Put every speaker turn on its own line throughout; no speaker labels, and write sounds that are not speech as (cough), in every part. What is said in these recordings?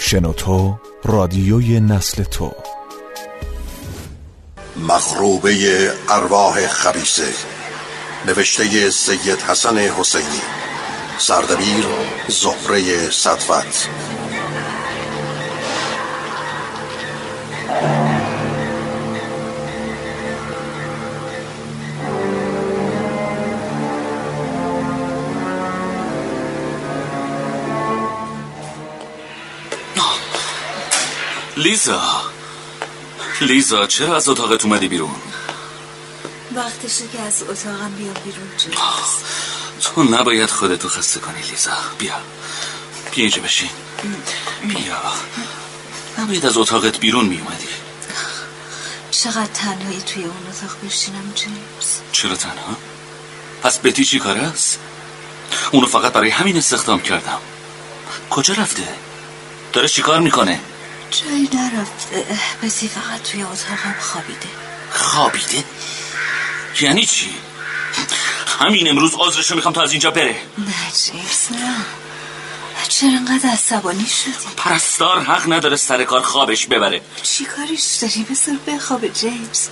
شنوتو رادیوی نسل تو
مخروبه ارواح خبیسه نوشته سید حسن حسینی سردبیر زهره صدفت
لیزا لیزا چرا از اتاقت اومدی بیرون
وقتشه که از اتاقم بیا بیرون جیمز
تو نباید خودتو خسته کنی لیزا بیا بیا اینجا بشین بیا نباید از اتاقت بیرون می اومدی
چقدر تنهایی توی اون اتاق بشینم جیمز
چرا تنها پس بتی چی کار است اونو فقط برای همین استخدام کردم کجا رفته داره چیکار میکنه
جایی نرفته بسی فقط توی اتاقم خوابیده
خوابیده یعنی چی همین امروز عذرشو میخوام تا از اینجا بره
نه جیمز نه چرا انقدر عصبانی شدی
پرستار حق نداره سر کار خوابش ببره
چی کارش داری بذار بخوابه جیمز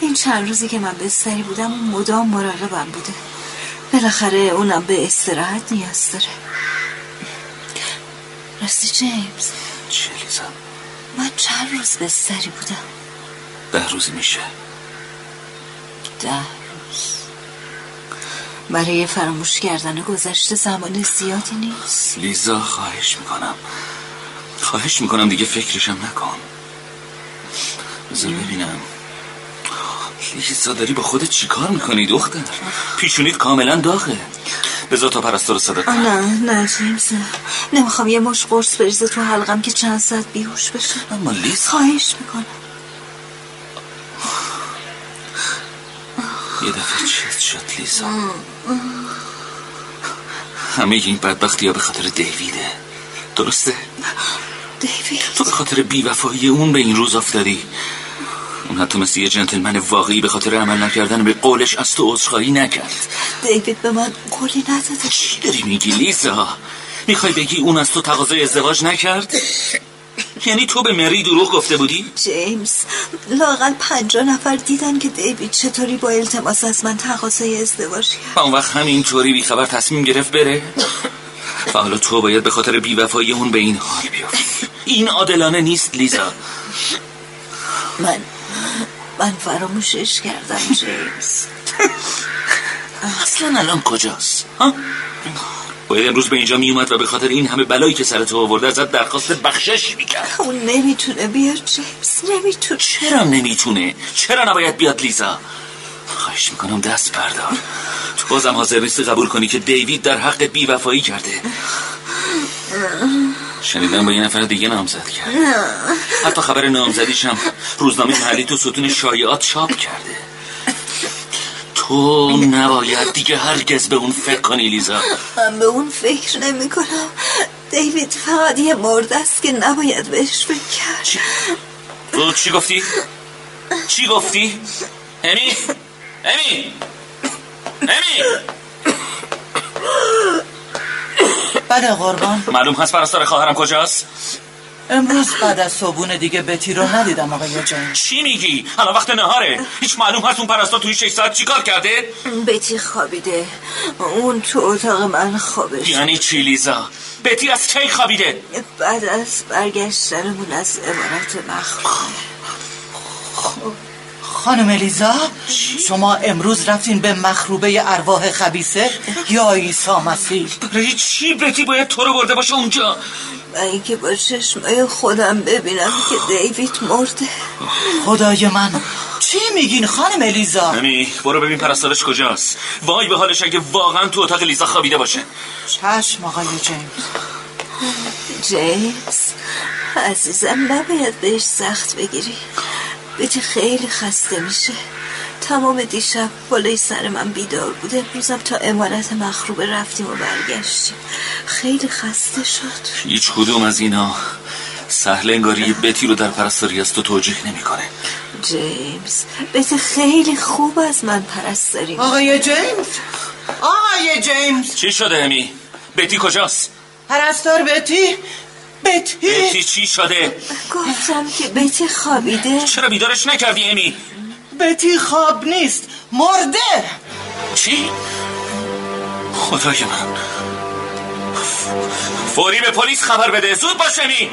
این چند روزی که من بستری بودم اون مدام مراقبم بوده بالاخره اونم به استراحت نیاز داره راستی جیمز
چی لیزا
من چند روز بستری بودم
ده روزی میشه
ده روز برای فراموش کردن گذشته زمان زیادی نیست
لیزا خواهش میکنم خواهش میکنم دیگه فکرشم نکن بذار ببینم لیزا داری با خودت چیکار میکنی دختر پیشونید کاملا داغه بذار تا پرستار رو صدا
آه،
کنم
نه نه جیمز نه نمیخوام یه مش قرص بریزه تو حلقم که چند ساعت بیهوش بشه
اما لیزا
خواهش میکنم
یه دفعه چیز شد لیزا همه این بدبختی ها به خاطر دیویده درسته؟
دیوید
تو به خاطر بیوفایی اون به این روز افتادی اون حتی مثل یه جنتلمن واقعی به خاطر عمل نکردن به قولش از تو عذرخواهی نکرد
دیوید به من قولی نداده
چی داری میگی لیزا میخوای بگی اون از تو تقاضای ازدواج نکرد یعنی تو به مری دروغ گفته بودی
جیمز لاقل پنجا نفر دیدن که دیوید چطوری با التماس از من تقاضای ازدواج کرد
و اون وقت همینطوری بیخبر تصمیم گرفت بره و حالا تو باید به خاطر بیوفایی اون به این حال بیفتی این عادلانه نیست لیزا
من من فراموشش (laughs) کردم جیمز
اصلا الان کجاست ها؟ باید امروز به اینجا میومد و به خاطر این همه بلایی که سر تو آورده ازت درخواست بخشش میکرد
اون نمیتونه بیاد جیمز نمیتونه
چرا نمیتونه چرا نباید بیاد لیزا خواهش میکنم دست بردار تو بازم حاضر نیستی قبول کنی که دیوید در حق بی وفایی کرده شنیدم با یه نفر دیگه نامزد کرد حتی خبر نامزدیش هم روزنامه محلی تو ستون شایعات چاپ کرده تو نباید دیگه هرگز به اون فکر کنی لیزا
من به اون فکر نمی کنم دیوید فقط یه مرده است که نباید بهش فکر کرد
تو چی گفتی؟ چی گفتی؟ امی؟ امی؟ امی؟
بله قربان
معلوم هست پرستار خواهرم کجاست؟
امروز بعد از صبحونه دیگه بتی رو ندیدم آقای جان
چی میگی؟ الان وقت نهاره هیچ معلوم هست اون پرستار توی 6 ساعت چیکار کرده؟
بتی خوابیده اون تو اتاق من خوابش
یعنی چی لیزا؟ بتی از کی خوابیده؟
بعد از برگشتنمون از امارت مخروب
خانم الیزا شما امروز رفتین به مخروبه ارواح خبیسه یا عیسی مسیح
برای چی بتی باید تو رو برده باشه اونجا؟
من اینکه با چشمای خودم ببینم که دیوید مرده
خدای من چی میگین خانم الیزا
امی برو ببین پرستارش کجاست وای به حالش اگه واقعا تو اتاق لیزا خوابیده باشه
چشم آقای جیمز
جیمز عزیزم نباید بهش سخت بگیری بتی خیلی خسته میشه تمام دیشب بالای سر من بیدار بوده امروزم تا امارت مخروبه رفتیم و برگشتیم خیلی خسته شد
هیچ کدوم از اینا سهل انگاری بتی رو در پرستاری از تو توجیه نمیکنه
جیمز بتی خیلی خوب از من پرستاری
آقای جیمز آقای جیمز
چی شده امی؟ بتی کجاست؟
پرستار بتی بتی
بتی چی شده؟
گفتم که بتی خوابیده
چرا بیدارش نکردی امی؟
بتی خواب نیست مرده
چی؟ خدای من فوری به پلیس خبر بده زود باش امی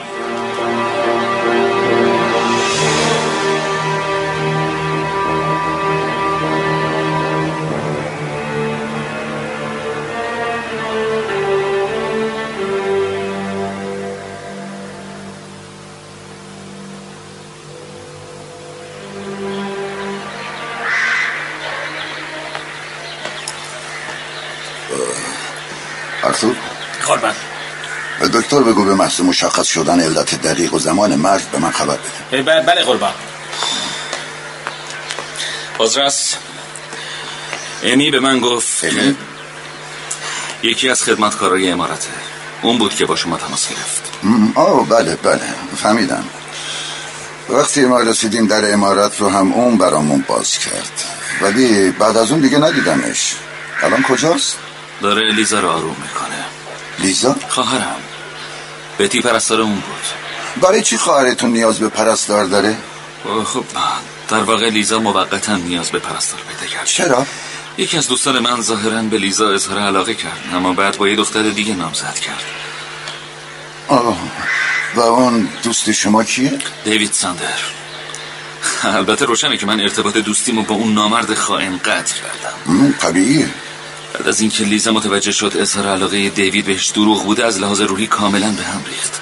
ارتور
قربان
به دکتر بگو به محض مشخص شدن علت دقیق و زمان مرد به من خبر بده
بله قربان بازرس امی به من گفت
امی؟
یکی از خدمتکارای امارته اون بود که با شما تماس گرفت
م، آه بله بله فهمیدم وقتی ما رسیدیم در امارت رو هم اون برامون باز کرد ولی بعد از اون دیگه ندیدمش الان کجاست؟
داره لیزا رو آروم میکنه
لیزا؟
خواهرم بتی پرستار اون بود
برای چی خواهرتون نیاز به پرستار داره؟
اوه، خب در واقع لیزا موقتا نیاز به پرستار پیدا کرد
چرا؟
یکی از دوستان من ظاهرا به لیزا اظهار علاقه کرد اما بعد با یه دختر دیگه نامزد کرد
آه و اون دوست شما کیه؟
دیوید ساندر البته روشنه که من ارتباط دوستیمو با اون نامرد خائن قطع کردم
م، طبیعیه
بعد از اینکه لیزا متوجه شد اظهار علاقه دیوید بهش دروغ بوده از لحاظ روحی کاملا به هم ریخت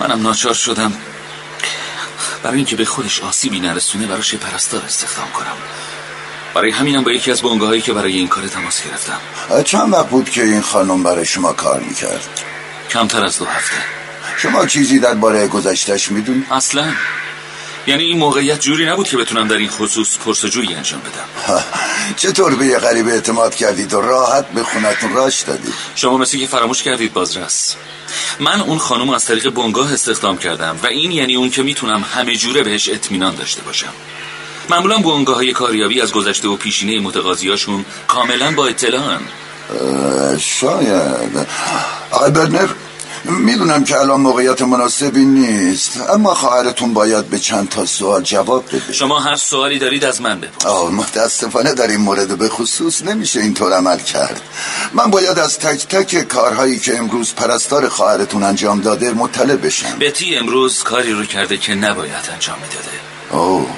منم ناچار شدم برای اینکه به خودش آسیبی نرسونه براش یه پرستار استخدام کنم برای همینم با یکی از بنگاهایی که برای این کار تماس گرفتم
چند وقت بود که این خانم برای شما کار میکرد
کمتر از دو هفته
شما چیزی درباره گذشتش میدون؟
اصلا یعنی این موقعیت جوری نبود که بتونم در این خصوص پرسجویی انجام بدم
(laughs) چطور به یه غریبه اعتماد کردید و راحت به خونتون راش دادید؟
شما مثل که فراموش کردید بازرس من اون خانم رو از طریق بنگاه استخدام کردم و این یعنی اون که میتونم همه جوره بهش اطمینان داشته باشم معمولا بنگاه های کاریابی از گذشته و پیشینه متقاضیاشون کاملا با اطلاعن
اه، شاید آقای برنر میدونم که الان موقعیت مناسبی نیست اما خواهرتون باید به چند تا سوال جواب بده
شما هر سوالی دارید از من بپرسید
آه متاسفانه در این مورد به خصوص نمیشه اینطور عمل کرد من باید از تک تک کارهایی که امروز پرستار خواهرتون انجام داده مطلع بشم
بتی امروز کاری رو کرده که نباید انجام میداده
اوه اه،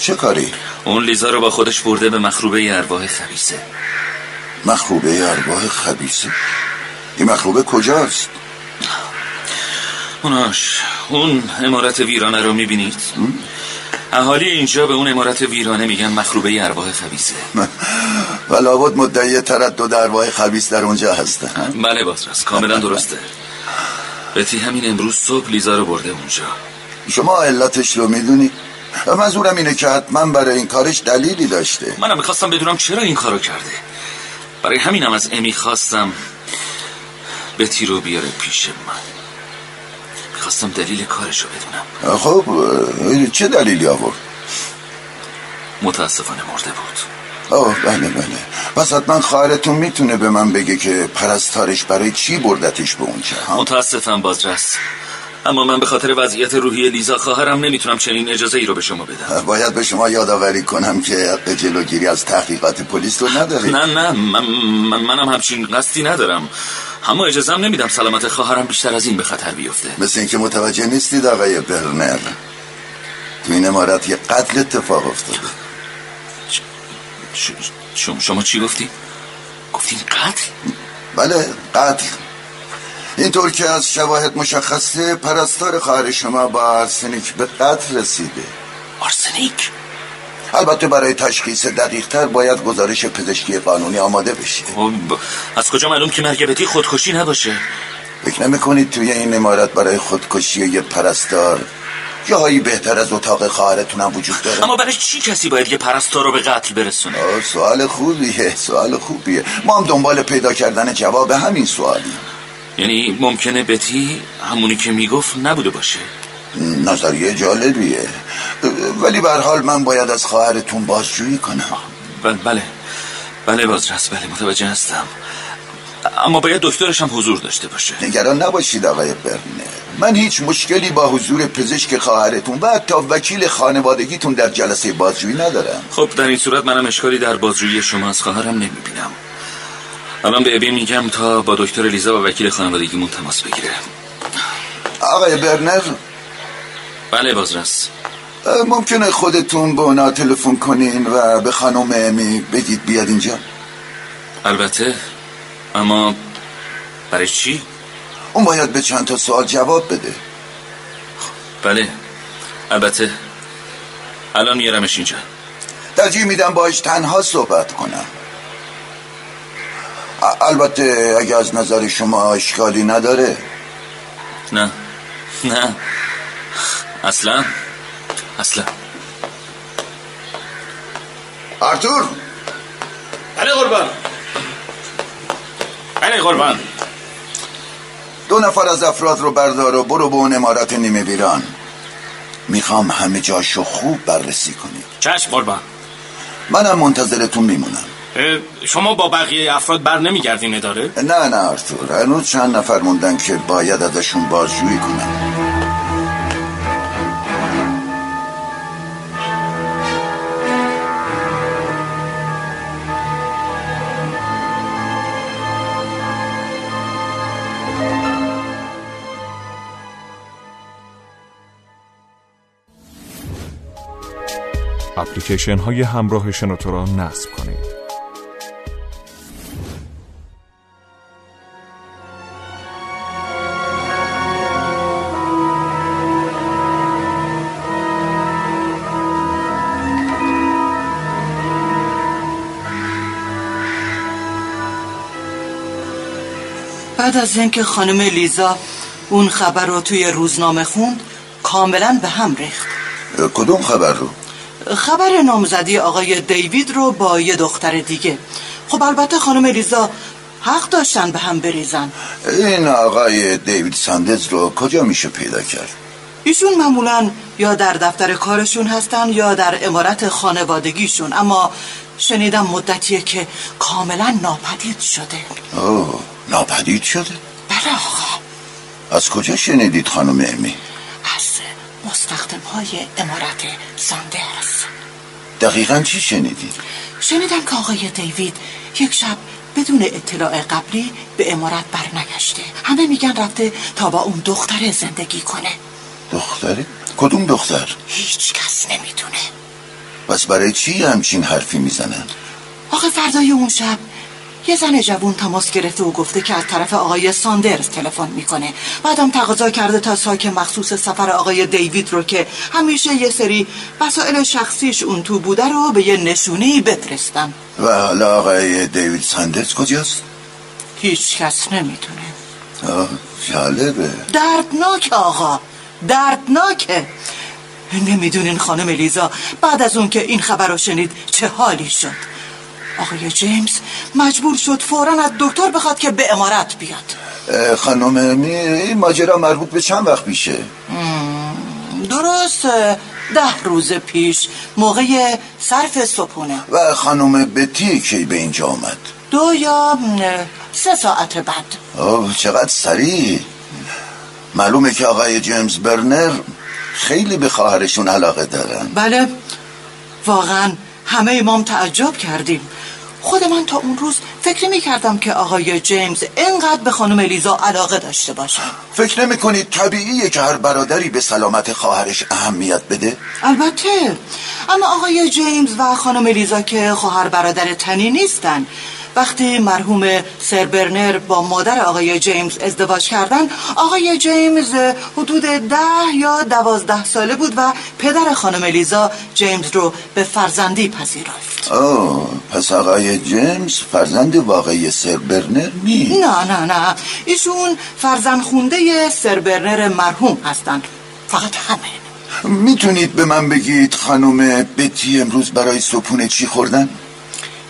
چه کاری؟
اون لیزا رو با خودش برده به مخروبه ارواح خبیسه
مخروبه ارواح خبیسه این مخروبه کجاست؟ (laughs)
اوناش اون امارت ویرانه رو میبینید اهالی اینجا به اون امارت ویرانه میگن مخروبه ارواح خبیسه
و لابد مدعی تردد ارواح خبیس در اونجا هستن
بله بازرس کاملا درسته بتی همین امروز صبح لیزا رو برده اونجا
شما علتش رو میدونی؟ منظورم اینه که حتما برای این کارش دلیلی داشته
منم میخواستم بدونم چرا این کارو کرده برای همینم از امی خواستم بتی رو بیاره پیش من میخواستم دلیل کارش رو بدونم
خب اه، چه دلیلی آورد؟
متاسفانه مرده بود
آه بله بله پس حتما خواهرتون میتونه به من بگه که پرستارش برای چی بردتش به اونجا ها؟
متاسفم بازرس اما من به خاطر وضعیت روحی لیزا خواهرم نمیتونم چنین اجازه ای رو به شما بدم
باید به شما یادآوری کنم که حق جلوگیری از تحقیقات پلیس رو نداری
نه نه من من- منم همچین قصدی ندارم اما اجازم نمیدم سلامت خواهرم بیشتر از این به خطر بیفته
مثل اینکه متوجه نیستید آقای برنر تو این امارت یه قتل اتفاق افتاده
ش- شما, شما چی گفتی؟ گفتین قتل؟
بله قتل اینطور که از شواهد مشخصه پرستار خواهر شما با آرسنیک به قتل رسیده
آرسنیک؟
البته برای تشخیص دقیقتر باید گزارش پزشکی قانونی آماده بشه
خب، از کجا معلوم که مرگ بتی خودکشی نباشه؟
فکر نمیکنید توی این امارت برای خودکشی یه پرستار جاهایی بهتر از اتاق خواهرتونم وجود داره
اما برای چی کسی باید یه پرستار رو به قتل برسونه؟
آه، سوال خوبیه سوال خوبیه ما هم دنبال پیدا کردن جواب همین سوالی
یعنی ممکنه بتی همونی که میگفت نبوده باشه
نظریه جالبیه ولی به هر حال من باید از خواهرتون بازجویی کنم
بله بله بله بازرس بله متوجه هستم اما باید دکترش هم حضور داشته باشه
نگران نباشید آقای برنه من هیچ مشکلی با حضور پزشک خواهرتون و حتی وکیل خانوادگیتون در جلسه بازجویی ندارم
خب در این صورت منم اشکالی در بازجویی شما از خواهرم نمیبینم الان به ابی میگم تا با دکتر لیزا و وکیل خانوادگیمون تماس بگیره
آقای برنر
بله بازرس
ممکنه خودتون به اونا تلفن کنین و به خانم امی بگید بیاد اینجا
البته اما برای چی؟
اون باید به چند تا سوال جواب بده
بله البته الان میارمش اینجا
ترجیح میدم باش تنها صحبت کنم ا- البته اگه از نظر شما اشکالی نداره
نه نه اصلا اصلا
آرتور
بله قربان بله قربان
دو نفر از افراد رو بردار و برو به اون امارت نیمه ویران میخوام همه جاشو خوب بررسی کنی
چشم قربان
منم منتظرتون میمونم
اه، شما با بقیه افراد بر نمیگردین اداره؟
نه نه آرتور هنوز چند نفر موندن که باید ازشون بازجویی کنم
اپلیکیشن های همراه شنوتو را نصب کنید
بعد از اینکه خانم لیزا اون خبر رو توی روزنامه خوند کاملا به هم ریخت
اه، کدوم خبر رو
خبر نامزدی آقای دیوید رو با یه دختر دیگه خب البته خانم لیزا حق داشتن به هم بریزن
این آقای دیوید ساندز رو کجا میشه پیدا کرد
ایشون معمولا یا در دفتر کارشون هستن یا در امارت خانوادگیشون اما شنیدم مدتیه که کاملا ناپدید شده
اوه ناپدید شده
بله آقا
از کجا شنیدید خانم امی
از مستخدم های امارت ساندرز
دقیقا چی شنیدید
شنیدم که آقای دیوید یک شب بدون اطلاع قبلی به امارت برنگشته همه میگن رفته تا با اون دختر زندگی کنه
دختره کدوم دختر
هیچ کس نمیدونه
پس برای چی همچین حرفی میزنند
آقا فردای اون شب یه زن جوون تماس گرفته و گفته که از طرف آقای ساندرز تلفن میکنه بعدم تقاضا کرده تا ساک مخصوص سفر آقای دیوید رو که همیشه یه سری وسایل شخصیش اون تو بوده رو به یه نشونی بفرستم
و حالا آقای دیوید ساندرز کجاست
هیچ کس نمیدونه
آه، جالبه
دردناک آقا دردناکه نمیدونین خانم لیزا بعد از اون که این خبر رو شنید چه حالی شد آقای جیمز مجبور شد فورا از دکتر بخواد که به امارت بیاد
اه، خانم امی این ماجرا مربوط به چند وقت میشه
درست ده روز پیش موقع صرف صبحونه
و خانم بتی کی به اینجا آمد
دو یا سه ساعت بعد
اوه چقدر سریع معلومه که آقای جیمز برنر خیلی به خواهرشون علاقه دارن
بله واقعا همه ما هم تعجب کردیم خود من تا اون روز فکر می کردم که آقای جیمز اینقدر به خانم لیزا علاقه داشته باشه
فکر نمی کنید طبیعیه که هر برادری به سلامت خواهرش اهمیت بده
البته اما آقای جیمز و خانم لیزا که خواهر برادر تنی نیستن وقتی مرحوم سر برنر با مادر آقای جیمز ازدواج کردن آقای جیمز حدود ده یا دوازده ساله بود و پدر خانم لیزا جیمز رو به فرزندی پذیرفت
اوه پس آقای جیمز فرزند واقعی سر برنر نیست
نه نه نه ایشون فرزن خونده سربرنر مرحوم هستند فقط همه
میتونید به من بگید خانم بتی امروز برای صبحونه چی خوردن؟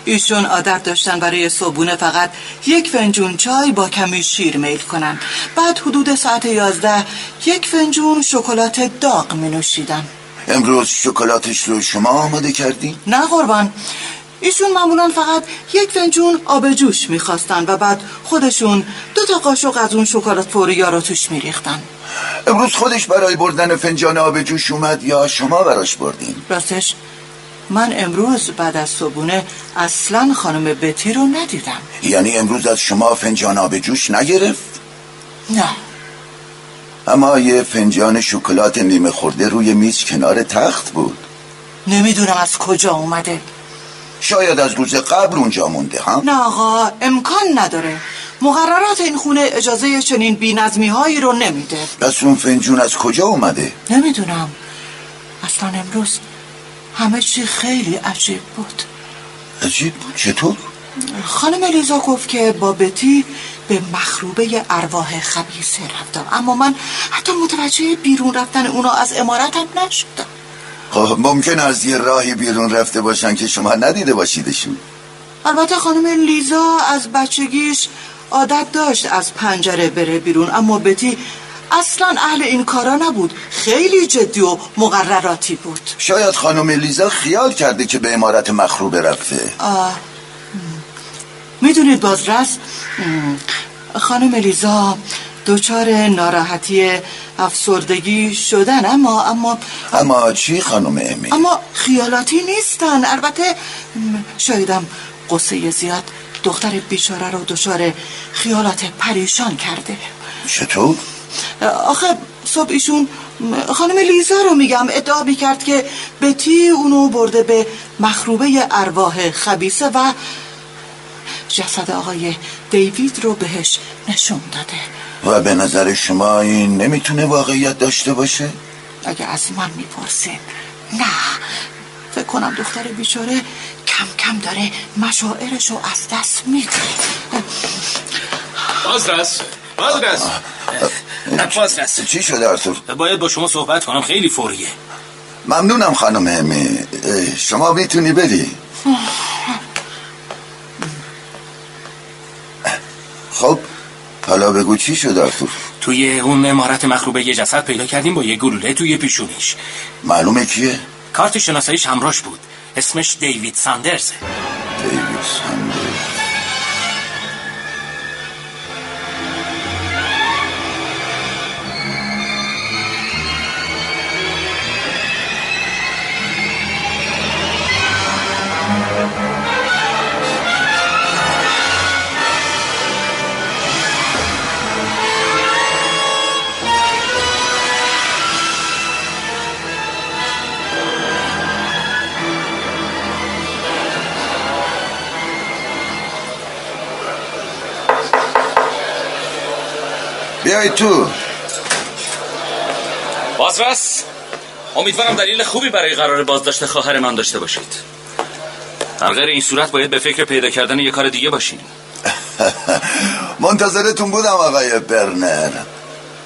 ایشون عادت داشتن برای صبحونه فقط یک فنجون چای با کمی شیر میل کنن بعد حدود ساعت یازده یک فنجون شکلات داغ می نوشیدن
امروز شکلاتش رو شما آماده کردین؟
نه قربان ایشون معمولا فقط یک فنجون آب جوش میخواستن و بعد خودشون دو تا قاشق از اون شکلات فوریا رو توش میریختن
امروز خودش برای بردن فنجان آب جوش اومد یا شما براش بردین
راستش من امروز بعد از صبحونه اصلا خانم بتی رو ندیدم
یعنی امروز از شما فنجان آب جوش نگرفت
نه
اما یه فنجان شکلات نیمه خورده روی میز کنار تخت بود
نمیدونم از کجا اومده
شاید از روز قبل اونجا مونده هم
نه آقا امکان نداره مقررات این خونه اجازه چنین بینظمی هایی رو نمیده
پس اون فنجون از کجا اومده
نمیدونم اصلا امروز همه چی خیلی عجیب بود
عجیب بود. چطور؟
خانم لیزا گفت که با بتی به مخروبه ارواح خبیسه رفتم اما من حتی متوجه بیرون رفتن اونا از امارتم نشدم
خب ممکن از یه راهی بیرون رفته باشن که شما ندیده باشیدشون
البته خانم لیزا از بچگیش عادت داشت از پنجره بره بیرون اما بتی اصلا اهل این کارا نبود خیلی جدی و مقرراتی بود
شاید خانم لیزا خیال کرده که به امارت مخروبه رفته
میدونید بازرس م، خانم لیزا دچار ناراحتی افسردگی شدن اما اما
اما چی خانم امی؟
اما خیالاتی نیستن البته م، شایدم قصه زیاد دختر بیچاره رو دچار خیالات پریشان کرده
چطور؟
آخه صبح ایشون م، خانم لیزا رو میگم ادعا میکرد که بتی اونو برده به مخروبه ارواح خبیسه و جسد آقای دیوید رو بهش نشون داده
و به نظر شما این نمیتونه واقعیت داشته باشه؟
اگه از من میپرسین نه فکر کنم دختر بیچاره کم کم داره مشاعرش رو از دست میده
بازرس بازرس بازرس
چی شده آرتور؟
باید با شما صحبت کنم خیلی فوریه
ممنونم خانم امی اه، شما میتونی بری خب حالا بگو چی شد آرتور
توی اون امارت مخروبه یه جسد پیدا کردیم با یه گلوله توی پیشونیش
معلومه کیه؟
کارت شناساییش همراش بود اسمش دیوید ساندرزه
دیوید ساندرز. بیایید تو (laughs)
بازرس امیدوارم دلیل خوبی برای قرار بازداشت خواهر من داشته باشید در غیر این صورت باید به فکر پیدا کردن یه کار دیگه باشین
منتظرتون بودم آقای برنر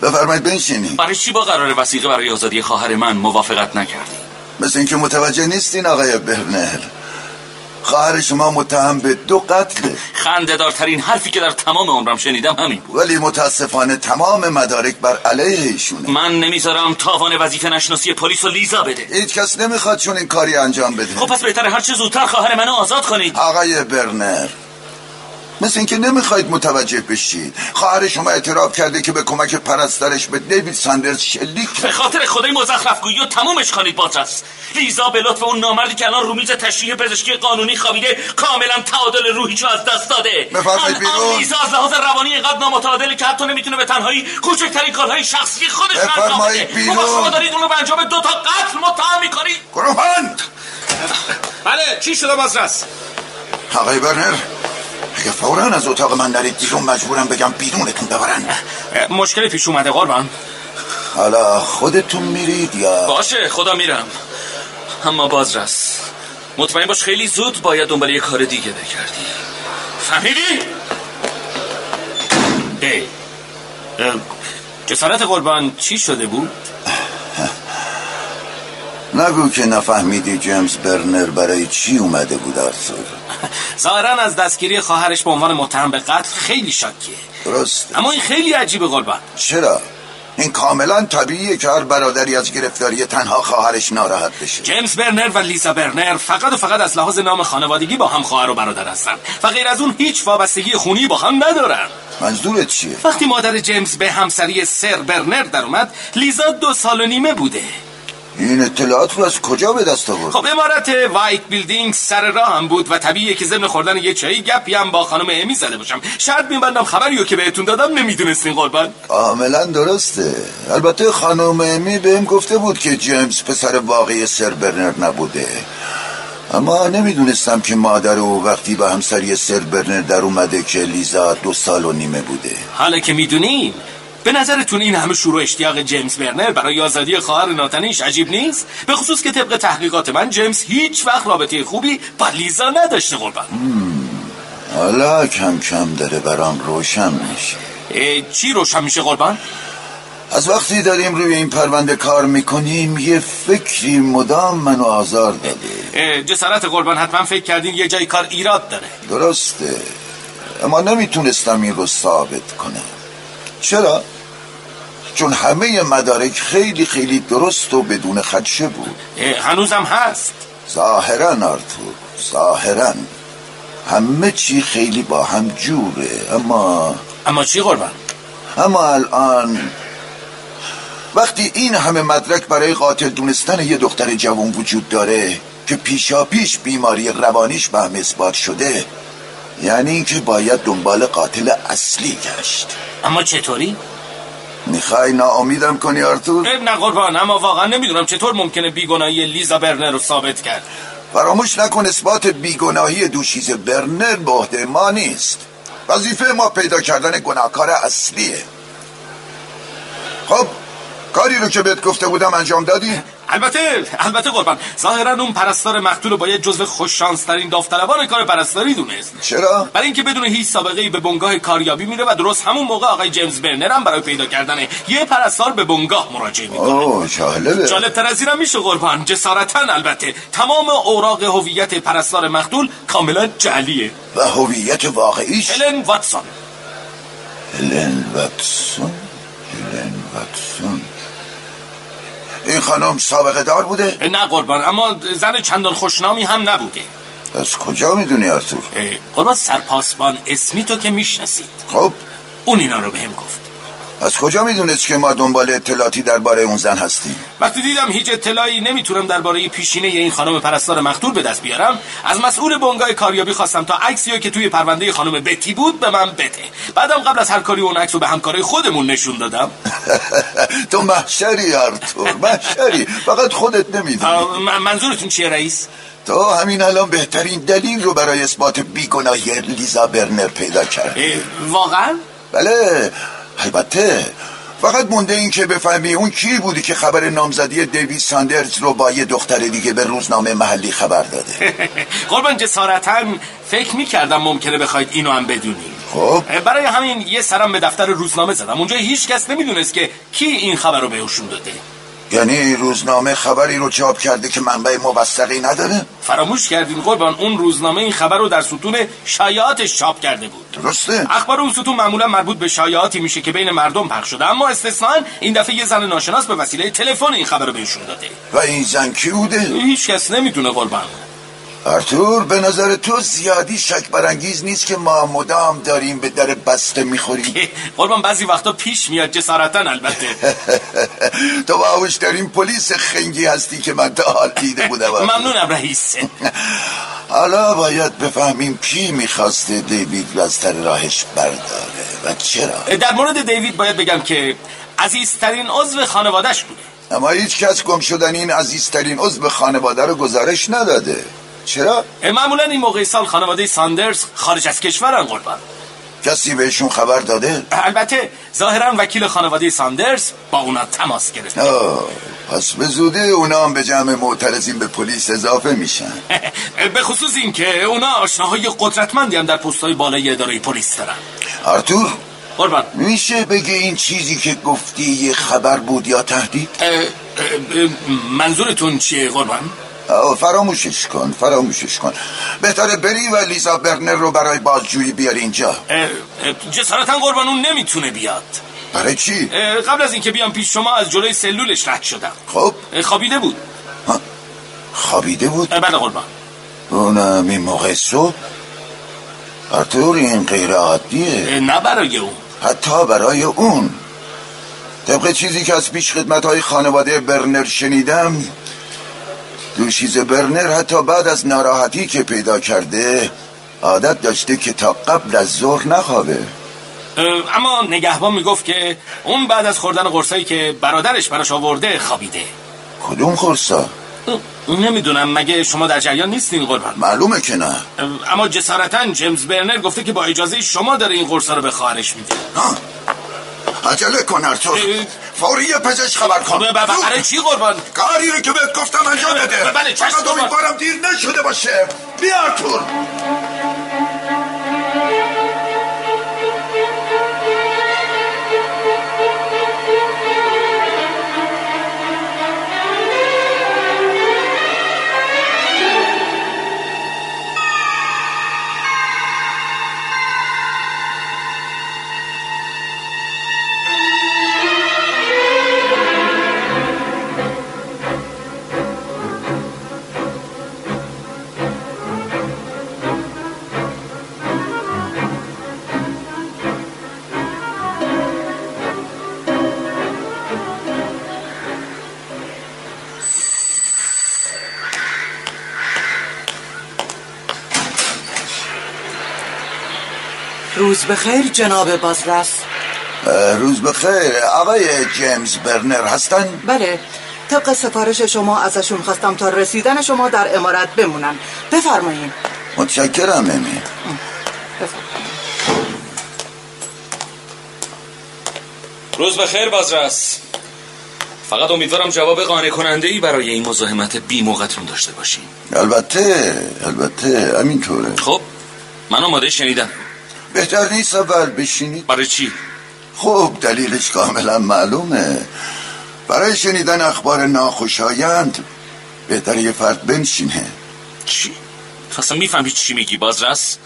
بفرمایید بنشینی
برای چی با قرار وسیقه برای آزادی خواهر من موافقت نکردی
مثل اینکه متوجه نیستین آقای برنر خواهر شما متهم به دو قتله
خندهدارترین حرفی که در تمام عمرم شنیدم همین بود
ولی متاسفانه تمام مدارک بر علیه ایشونه
من نمیذارم تاوان وظیفه نشناسی پلیس و لیزا بده
هیچ کس نمیخواد چون این کاری انجام بده
خب پس بهتره هر چه زودتر خواهر منو آزاد کنید
آقای برنر مثل اینکه نمیخواید متوجه بشید خواهر شما اعتراف کرده که به کمک پرستارش به دیوید ساندرز شلیک کرد.
به خاطر خدای مزخرف گویی و تمومش کنید بازرس لیزا به لطف اون نامردی که الان رو میز تشریح پزشکی قانونی خوابیده کاملا تعادل روحیشو از دست داده
بفرمایید بیرون.
الان لیزا از لحاظ روانی اینقدر نامتعادله که حتی نمیتونه به تنهایی کوچکترین کارهای شخصی خودش رو انجام
بفرمایید
بده خب
بیرون.
شما دارید اون رو به انجام دو تا قتل متهم میکنید
گروهبند
بله چی شده بازرس
آقای برنر اگه فورا از اتاق من نرید بیرون مجبورم بگم بیرونتون ببرن
مشکلی پیش اومده قربان
حالا خودتون میرید یا
باشه خدا میرم اما بازرس مطمئن باش خیلی زود باید دنبال یه کار دیگه بگردی فهمیدی؟
ای اه، جسارت قربان چی شده بود
نگو که نفهمیدی جیمز برنر برای چی اومده بود آرتور
ظاهرا از دستگیری خواهرش به عنوان متهم به قتل خیلی شاکیه
درسته
اما این خیلی عجیبه قربان
چرا این کاملا طبیعیه که هر برادری از گرفتاری تنها خواهرش ناراحت بشه
جیمز برنر و لیسا برنر فقط و فقط از لحاظ نام خانوادگی با هم خواهر و برادر هستن و غیر از اون هیچ وابستگی خونی با هم ندارن
منظورت چیه؟
وقتی مادر جیمز به همسری سر برنر در اومد لیزا دو سال و نیمه بوده
این اطلاعات رو از کجا به دست آورد؟
(laughs) خب امارت وایت بیلدینگ سر راه هم بود و طبیعیه که ضمن خوردن یه چایی گپی هم با خانم امی زده باشم شرط میبندم خبریو که بهتون دادم نمیدونستین قربان
کاملا درسته البته خانم امی بهم گفته بود که جیمز پسر واقعی سر برنر نبوده اما نمیدونستم که مادر او وقتی به همسری سر برنر در اومده که لیزا دو سال و نیمه بوده
حالا که میدونین به نظرتون این همه شروع اشتیاق جیمز برنر برای آزادی خواهر ناتنیش عجیب نیست؟ به خصوص که طبق تحقیقات من جیمز هیچ وقت رابطه خوبی با لیزا نداشته قربان
حالا کم کم داره برام روشن میشه
اه، چی روشن میشه قربان؟
از وقتی داریم روی این پرونده کار میکنیم یه فکری مدام منو آزار داده
اه، جسارت قربان حتما فکر کردین یه جای کار ایراد داره
درسته اما نمیتونستم این رو ثابت کنم چرا؟ چون همه مدارک خیلی خیلی درست و بدون خدشه بود
اه، هنوزم هست
ظاهرا آرتور ظاهرا همه چی خیلی با هم جوره اما
اما چی قربان؟
اما الان وقتی این همه مدرک برای قاتل دونستن یه دختر جوان وجود داره که پیشا پیش بیماری روانیش به هم اثبات شده یعنی اینکه باید دنبال قاتل اصلی گشت
اما چطوری؟
میخوای ناامیدم کنی آرتور؟
اه، نه قربان اما واقعا نمیدونم چطور ممکنه بیگناهی لیزا برنر رو ثابت کرد
فراموش نکن اثبات بیگناهی دوشیز برنر به عهده ما نیست وظیفه ما پیدا کردن گناهکار اصلیه خب کاری رو که بهت گفته بودم انجام دادی؟
البته البته قربان ظاهرا اون پرستار مقتول رو باید جزو خوششانس ترین داوطلبان کار پرستاری دونست
چرا؟
برای اینکه بدون هیچ سابقه ای به بنگاه کاریابی میره و درست همون موقع آقای جیمز برنر هم برای پیدا کردن یه پرستار به بنگاه مراجعه میکنه
اوه جالبه
جالب تر از اینم میشه قربان جسارتا البته تمام اوراق هویت پرستار مقتول کاملا جعلیه
و هویت واقعیش
هلن واتسون
هلن واتسون هلن واتسون این خانم سابقه دار بوده؟
نه قربان اما زن چندان خوشنامی هم نبوده
از کجا میدونی آرتور؟
اه، قربان سرپاسبان اسمیتو که میشناسید
خب
اون اینا رو بهم گفت
از کجا میدونست که ما دنبال اطلاعاتی درباره اون زن هستیم؟ (laughs)
وقتی دیدم هیچ اطلاعی نمیتونم درباره پیشینه ی این خانم پرستار مقتول به دست بیارم از مسئول بنگاه کاریابی خواستم تا عکسی رو که توی پرونده خانم بتی بود به من بده بعدم قبل از هر کاری اون عکس رو به همکارای خودمون نشون دادم
تو محشری آرتور محشری فقط خودت نمیدونی
آه، من- منظورتون چیه رئیس
تو همین الان بهترین دلیل رو برای اثبات بیگناهی لیزا برنر پیدا کردی
اه، واقعا
بله البته فقط مونده این که بفهمی اون کی بودی که خبر نامزدی دیوید ساندرز رو با یه دختر دیگه به روزنامه محلی خبر
(laughs)
داده
قربان جسارتا فکر میکردم ممکنه بخواید اینو هم بدونی
خب
اه، برای همین یه سرم به دفتر روزنامه زدم اونجا هیچ کس نمیدونست که کی این خبر رو بهشون داده
یعنی روزنامه خبری رو چاپ کرده که منبع موثقی نداره
فراموش کردین قربان اون روزنامه این خبر رو در ستون شایعاتش چاپ کرده بود
درسته
اخبار اون ستون معمولا مربوط به شایعاتی میشه که بین مردم پخش شده اما استثنا این دفعه یه زن ناشناس به وسیله تلفن این خبر رو بهشون داده
و این زن کی بوده
هیچ کس نمیدونه قربان (laughs)
آرتور به نظر تو زیادی شک برانگیز نیست که ما مدام داریم به در بسته میخوریم (laughs)
اه، قربان بعضی وقتا پیش میاد جسارتا البته
تو باوش داریم پلیس خنگی هستی که من تا حال دیده بودم
ممنونم رئیس
حالا باید بفهمیم کی میخواسته دیوید رو از سر راهش برداره و چرا
اه، در مورد دیوید باید بگم که عزیزترین عضو خانوادهش بوده
اما هیچ کس گم شدن این عزیزترین عضو خانواده رو گزارش نداده چرا؟
اه، معمولا این موقع سال خانواده ساندرز خارج از کشورن قربان
کسی بهشون خبر داده؟
البته ظاهرا وکیل خانواده ساندرز با اونا تماس گرفت (laughs)
آه پس به زودی اونا هم به جمع معترضین به پلیس اضافه میشن
به خصوص اینکه اونا آشناهای قدرتمندی هم در پستهای بالای اداره پلیس دارن
آرتور
قربان
میشه بگه این چیزی که گفتی یه خبر بود یا تهدید؟
اه، اه، اه، منظورتون چیه قربان
آه، فراموشش کن فراموشش کن بهتره بری و لیزا برنر رو برای بازجویی بیار اینجا
اه، اه، جسارتا قربان اون نمیتونه بیاد
برای چی؟
اه، قبل از اینکه بیام پیش شما از جلوی سلولش رد شدم
خب
اه، خوابیده بود
خوابیده بود
اه، بله قربان
اونم این موقع صبح هر طور این غیر عادیه
اه، نه برای اون
حتی برای اون طبق چیزی که از پیش خدمت های خانواده برنر شنیدم دوشیز برنر حتی بعد از ناراحتی که پیدا کرده عادت داشته که تا قبل از ظهر نخوابه
اه، اما نگهبان میگفت که اون بعد از خوردن قرصایی که برادرش براش آورده خوابیده
کدوم خورسا؟
اه، نمیدونم مگه شما در جریان نیستین قربان
معلومه که نه
اه، اما جسارتا جیمز برنر گفته که با اجازه شما داره این قرصا رو به خواهرش میده
ها. عجله کن ارتور
اه.
فوری پزشک خبر کن
خب، ب- ب- برای چی قربان
کاری رو که بهت گفتم انجام بده
بله، چشم
فقط
قربان.
امیدوارم دیر نشده باشه بیا ارتور
روز بخیر جناب بازرس
اه، روز بخیر آقای جیمز برنر هستن
بله طبق سفارش شما ازشون خواستم تا رسیدن شما در امارت بمونن بفرمایید
متشکرم امی
بفرمایید.
روز بخیر بازرس فقط امیدوارم جواب قانع کننده ای برای این مزاحمت بی موقعتون داشته باشین
البته البته همینطوره
خب من آماده شنیدم
بهتر نیست اول بشینید
برای چی
خب دلیلش کاملا معلومه برای شنیدن اخبار ناخوشایند بهتر یه فرد بنشینه
چی اصلا میفهمی چی میگی بازرس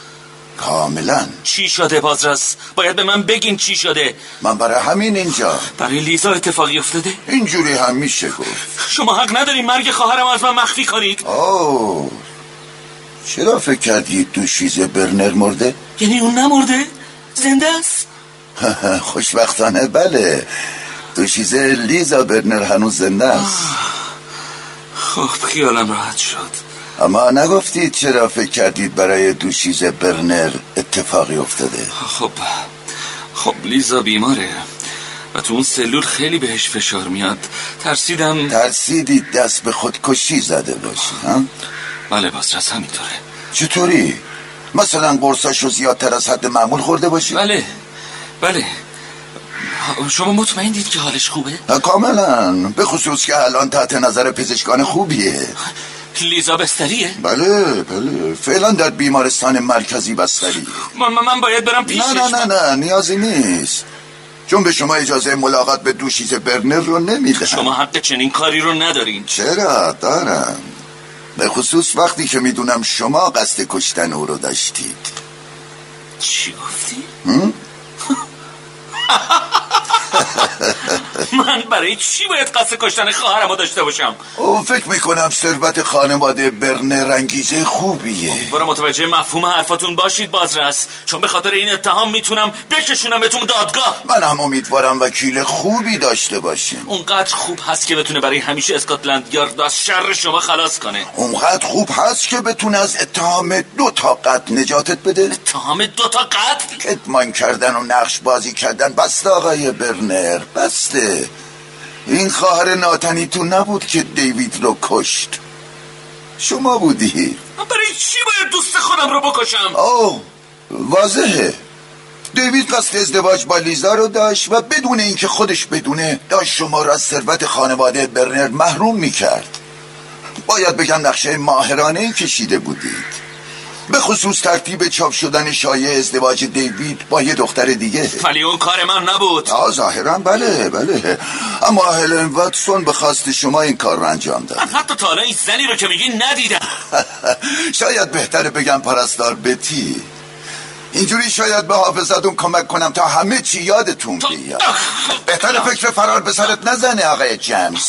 کاملا
چی شده بازرس باید به من بگین چی شده
من برای همین اینجا
برای لیزا اتفاقی افتاده
اینجوری هم میشه گفت
شما حق ندارین مرگ خواهرم از من مخفی کنید
آو چرا فکر کردی دوشیز برنر مرده؟
یعنی اون نمرده زنده است
(laughs) خوشبختانه بله دوشیزه لیزا برنر هنوز زنده است
خب خیالم راحت شد
اما نگفتید چرا فکر کردید برای دوشیزه برنر اتفاقی افتاده
خب خب لیزا بیماره و تو اون سلول خیلی بهش فشار میاد ترسیدم
ترسیدید دست به خودکشی زده باشی ها؟
بله بازرس همینطوره
چطوری؟ مثلا قرصاشو زیادتر از حد معمول خورده باشی؟
بله بله شما مطمئن دید که حالش خوبه؟
کاملا به خصوص که الان تحت نظر پزشکان خوبیه
لیزا بستریه؟
بله بله فعلا در بیمارستان مرکزی بستری
من, من من باید برم پیشش
نه نه نه نه نیازی نیست چون به شما اجازه ملاقات به دوشیز برنر رو نمیدم
شما حق چنین کاری رو ندارین
چرا دارم به خصوص وقتی که میدونم شما قصد کشتن او رو داشتید
چی گفتی؟ من برای چی باید قصد کشتن خواهرم رو داشته باشم؟
او فکر میکنم ثروت خانواده برنر انگیزه خوبیه
برو متوجه مفهوم حرفاتون باشید بازرس چون به خاطر این اتهام میتونم بکشونم بهتون دادگاه
من هم امیدوارم وکیل خوبی داشته باشیم
اونقدر خوب هست که بتونه برای همیشه اسکاتلند یارد از شر شما خلاص کنه
اونقدر خوب هست که بتونه از اتهام دو تا قتل نجاتت بده
اتهام دوتا قتل
کتمان کردن و نقش بازی کردن بسته آقای برنر بسته این خواهر ناتنی تو نبود که دیوید رو کشت شما بودی
من برای چی باید دوست خودم رو بکشم
آه واضحه دیوید قصد ازدواج با لیزا رو داشت و بدون اینکه خودش بدونه داشت شما را از ثروت خانواده برنر محروم میکرد باید بگم نقشه ماهرانه ای کشیده بودید به خصوص ترتیب چاپ شدن شایع ازدواج دیوید با یه دختر دیگه
ولی اون کار من نبود
آه ظاهرا بله بله اما هلن واتسون به خواست شما این کار رو انجام داد (laughs)
من حتی تا حالا این زنی رو که میگی ندیدم
شاید بهتره بگم پرستار بتی اینجوری شاید به حافظتون کمک کنم تا همه چی یادتون بیاد بهتر فکر فرار به سرت نزنه آقای جمز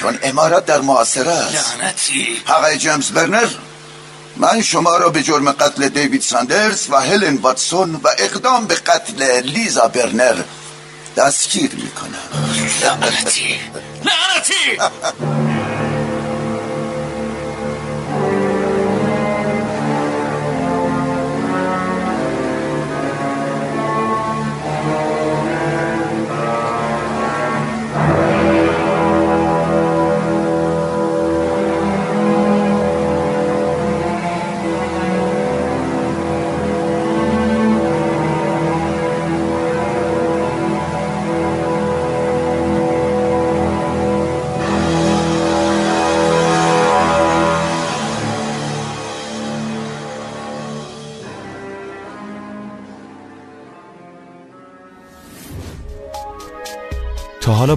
چون امارات در محاصره است
لعنتی
آقای جمز برنر من شما را به جرم قتل دیوید ساندرز و هلن واتسون و اقدام به قتل لیزا برنر دستگیر میکنم
لعنتی لعنتی
تا حالا